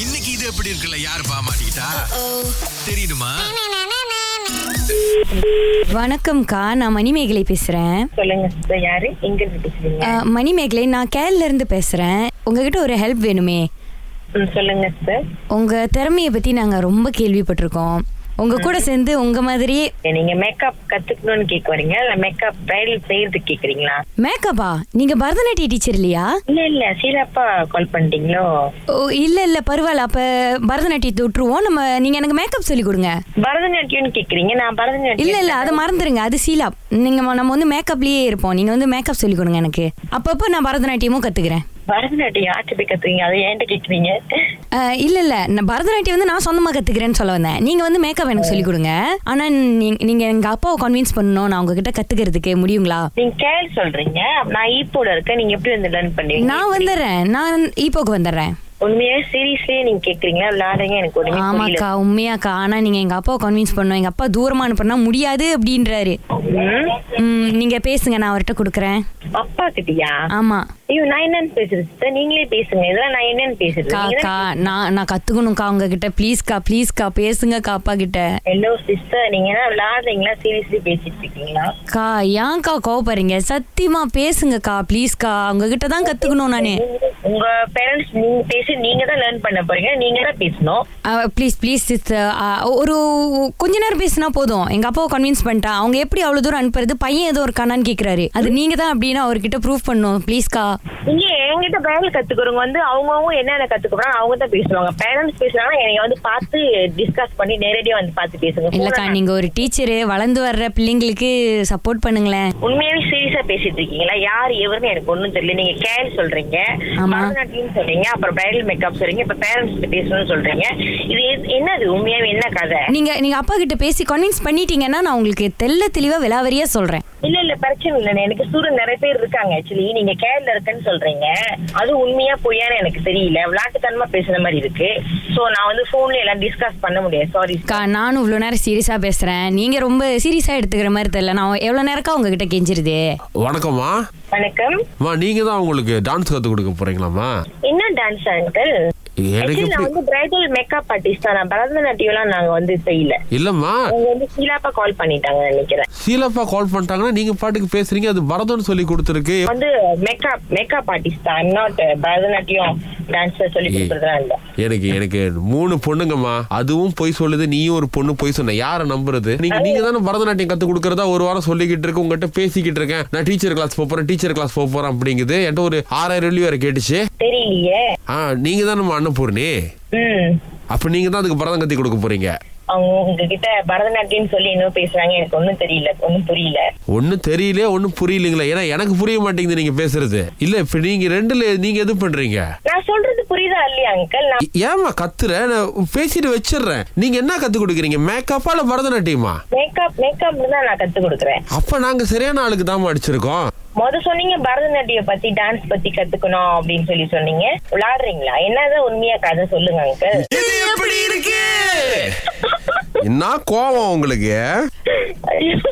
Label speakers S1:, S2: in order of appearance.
S1: இன்னைக்கு இது எப்படி இருக்குல்ல யாரு பாமாட்டா தெரியுமா
S2: வணக்கம்க்கா நான் மணிமேகலை பேசுறேன்
S3: சொல்லுங்க சார் யாரு எங்க இருந்து பேசுறீங்க
S2: அஹ், மணிமேகலை நான் கேரள இருந்து பேசுறேன் உங்ககிட்ட ஒரு ஹெல்ப் வேணுமே
S3: ம், சொல்லுங்க சார்
S2: உங்க திறமையை பத்தி நாங்க ரொம்ப கேள்விப்பட்டிருக்கோம் உங்க கூட சேர்ந்து உங்க மாதிரியே
S3: நீங்க மேக்கப் கத்துக்கணும்னு கேட்க வரீங்க இல்ல மேக்கப் பிரைடல் செய்யறது கேக்குறீங்களா
S2: மேக்கப்பா நீங்க பரதநாட்டிய டீச்சர் இல்லையா
S3: இல்ல இல்ல சீராப்பா கால் பண்ணிட்டீங்களோ
S2: ஓ இல்ல இல்ல பரவாயில்ல அப்ப பரதநாட்டியத்தை விட்டுருவோம் நம்ம நீங்க எனக்கு மேக்கப் சொல்லி கொடுங்க
S3: பரதநாட்டியம்னு கேக்குறீங்க நான் பரதநாட்டியம்
S2: இல்ல இல்ல அதை மறந்துருங்க அது சீலா நீங்க ம- நம்ம வந்து மேக்கப்லயே இருப்போம் நீங்க வந்து மேக்கப் சொல்லி கொடுங்க எனக்கு அப்பப்போ நான் பரதநாட்டியமும் கத்துக்கிறேன்
S3: பரதநாட்டியம் யார்கிட்ட போய் கத்துக்கீங்க அதை ஏன்ட்ட கேக்குறீங்க
S2: அஹ், இல்ல இல்ல நான் பரதநாட்டியம் வந்து நான் சொந்தமா கத்துக்கிறேன்னு சொல்ல வந்தேன் நீங்க வந்து மேக்கப் எனக்கு சொல்லி கொடுங்க ஆனா நீங்க- நீங்க எங்க அப்பாவை கன்வின்ஸ் பண்ணணும் நான் உங்ககிட்ட கத்துக்கிறதுக்கு முடியுங்களா
S3: நீங்க கேள் சொல்றீங்க நான் ஈப்போட இருக்கேன் நீங்க எப்படி வந்து லேர்ன் பண்ணுவீங்க
S2: நான் வந்துடுறேன் நான் ஈப்போக்கு வந்துடுறேன்
S3: உண்மையா சீரியஸ்லயே நீங்க கேக்குறீங்களா விளையாடுங்க எனக்கு ஒண்ணுமே புரியல
S2: ஆமாக்கா உண்மையாக்கா ஆனா நீங்க எங்க அப்பாவை கன்வின்ஸ் பண்ணணும் எங்க அப்பா தூரமா அனுப்புனா முடியாது அப்படின்றாரு
S3: ம்?
S2: ம், நீங்க பேசுங்க நான் அவர்கிட்ட கொடுக்குறேன்
S3: அப்பா கிட்டயா
S2: ஆமா
S3: ஐயோ நான் என்னன்னு பேசுறது sister? நீங்களே பேசுங்க இதெல்லாம் நான் என்னன்னு பேசுறது நீங்க
S2: காக்கா நான் நான் கத்துக்கணும்க்கா உங்ககிட்ட ப்ளீஸ்க்கா ப்ளீஸ்க்கா பேசுங்கக்கா அப்பா கிட்ட
S3: ஹலோ சிஸ்டர் நீங்க என்ன விளையாடுறீங்களா சீரியஸ்லி பேசிட்டு இருக்கீங்களா
S2: அக்கா ஏன்க்கா கோவப்படுறீங்க சத்தியமா பேசுங்கக்கா ப்ளீஸ்க்கா உங்ககிட்ட தான் கத்துக்கணும் நானு
S3: நீங்க- உங்க பேரண்ட்ஸ் நீங்க பேசி நீங்க தான் லேர்ன் பண்ண போறீங்க நீங்க தான் பேசணும்
S2: ப்ளீஸ் ப்ளீஸ் ஒரு கொஞ்ச நேரம் பேசினா போதும் எங்க அப்பாவை கன்வின்ஸ் பண்ணிட்டேன் அவங்க எப்படி அவ்வளவு தூரம் அனுப்புறது பையன் ஏதோ ஒரு கண்ணான்னு கேக்குறாரு அது நீங்க தான் அப்படின்னு அவர்கிட்ட ப்ரூவ் பண்ணும் ப்ளீஸ்க்கா
S3: நீங்க என்கிட்ட பேரல் கத்துக்கிறவங்க வந்து அவங்கவுங்க என்னென்ன கத்துக்கிறாங்க அவங்க தான் பேசுவாங்க பேரண்ட்ஸ் பேசுறாங்க என்னைய வந்து பார்த்து டிஸ்கஸ் பண்ணி நேரடியா வந்து பார்த்து பேசுங்க
S2: இல்லக்கா
S3: phone-அ
S2: நீங்க ஒரு டீச்சரு வளர்ந்து வர்ற பிள்ளைங்களுக்கு சப்போர்ட் பண்ணுங்களேன்
S3: உண்மையாவே சீரியஸா பேசிட்டு இருக்கீங்களா யார் எவருன்னு எனக்கு ஒண்ணும் தெரியல நீங்க கேள் சொல்றீங்க
S2: ஆமா.
S3: பரதநாட்டியம் சொல்றீங்க அப்புறம் பிரைடல் மேக்கப் சொல்றீங்க இப்ப பேரண்ட்ஸ் பேசணும்னு சொல்றீங்க இது எது- என்னது உண்மையாவே என்ன கதை
S2: நீங்க நீங்க அப்பா கிட்ட பேசி கன்வின்ஸ் பண்ணிட்டீங்கன்னா நான் உங்களுக்கு தெள்ள தெளிவா விலாவரியா சொல்றேன்
S3: இல்ல இல்ல பிரச்சனை இல்ல எனக்கு ஸ்டூடெண்ட் நிறைய பேர் இருக்காங்க ஆக்சுவலி நீங்க கேரள இருக்குன்னு சொல்றீங்க அது உண்மையா பொய்யான்னு எனக்கு தெரியல விளையாட்டுத்தனமா பேசுற மாதிரி இருக்கு சோ நான் வந்து போன்ல எல்லாம் டிஸ்கஸ் பண்ண முடியாது சாரி
S2: அக்கா நானும் இவ்வளோ நேரம் சீரியஸா பேசுறேன் நீங்க ரொம்ப சீரியஸா எடுத்துக்கிற மாதிரி தெரியல நான் எவ்வளவு நேரக்கா உங்ககிட்ட கெஞ்சிருது
S4: வணக்கம்மா
S3: வணக்கம்
S4: அம்மா நீங்க தான் உங்களுக்கு டான்ஸ் கத்து கொடுக்க போறீங்களாம்மா
S3: என்ன டான்ஸ் அங்கிள்
S4: எனக்கு
S3: நான்
S4: எப்படி
S3: வந்து பிரைடல் மேக்கப் ஆர்டிஸ்ட் தான் நான் பரதநாட்டியம் எல்லாம் நாங்க வந்து செய்யல
S4: இல்லம்மா
S3: அவங்க வந்து சீலாப்பா கால் பண்ணிட்டாங்க நினைக்கிறேன்
S4: சீலப்பா கால் பண்ணிட்டாங்கன்னா நீங்க பாட்டுக்கு பேசுறீங்க அது பரதம்னு சொல்லி கொடுத்துருக்கு
S3: வந்து மேக்கப் மேக்கப் ஆர்டிஸ்ட் தான் ஐம் நாட் பரதநாட்டியம் டான்ஸர் சொல்லி கொடுக்குறதுலாம் இல்ல
S4: எனக்கு எனக்கு மூணு பொண்ணுங்கம்மா அதுவும் பொய் சொல்லுது நீயும் ஒரு பொண்ணு பொய் சொன்ன யாரை நம்புறது நீங்க நீங்க தானே பரதநாட்டியம் கத்து கொடுக்கறதா ஒரு வாரம் சொல்லிக்கிட்டு இருக்கு உங்ககிட்ட பேசிக்கிட்டு இருக்கேன் நான் டீச்சர் கிளாஸ் போப் போறேன் டீச்சர் கிளாஸ் போப் போறேன் அப்படிங்குது என்கிட்ட ஒரு ஆறாயிரம் வெள்ளி வேற கேட்டுச்சு
S3: தெரியலையே
S4: ஆ நீங்க தான் நம்ம அன்னபூர்ணி
S3: ம்
S4: அப்ப நீங்க தான் அதுக்கு பரதம் கத்தி கொடுக்க போறீங்க
S3: அவங்க உங்ககிட்ட பரதநாட்டியம் சொல்லி என்ன பேசுறாங்க எனக்கு ஒண்ணும் தெரியல ஒண்ணும் புரியல
S4: ஒன்னும் தெரியல ஒன்னும் புரியலங்களா ஏன்னா எனக்கு புரிய மாட்டேங்குது நீங்க பேசுறது இல்ல இப்ப நீங்க ரெண்டுல நீங்க எது பண்றீங்க
S3: நான் சொல்றது புரியுதா இல்லையா அங்கிள் நான்
S4: ஏ- ஏம்மா கத்துற நான் பேசிட்டு வச்சிடுறேன் நீங்க என்ன கத்து கொடுக்குறீங்க மேக்கப்பா இல்ல பரதநாட்டியமா
S3: மேக்கப் மேக்கப் தான் நான் கத்து கொடுக்குறேன்
S4: அப்ப நாங்க சரியான ஆளுக்கு தாம்மா அடிச்சிருக்கோம்
S3: முத சொன்னீங்க பரதநாட்டியம் பத்தி டான்ஸ் பத்தி கத்துக்கணும் அப்படின்னு சொல்லி சொன்னீங்க விளையாடுறீங்களா என்னதான் உண்மையா கதை சொல்லுங்க அங்கிள்
S1: இது எப்படி இருக்கு
S4: என்ன கோவம் உங்களுக்கு
S3: ஐயோ,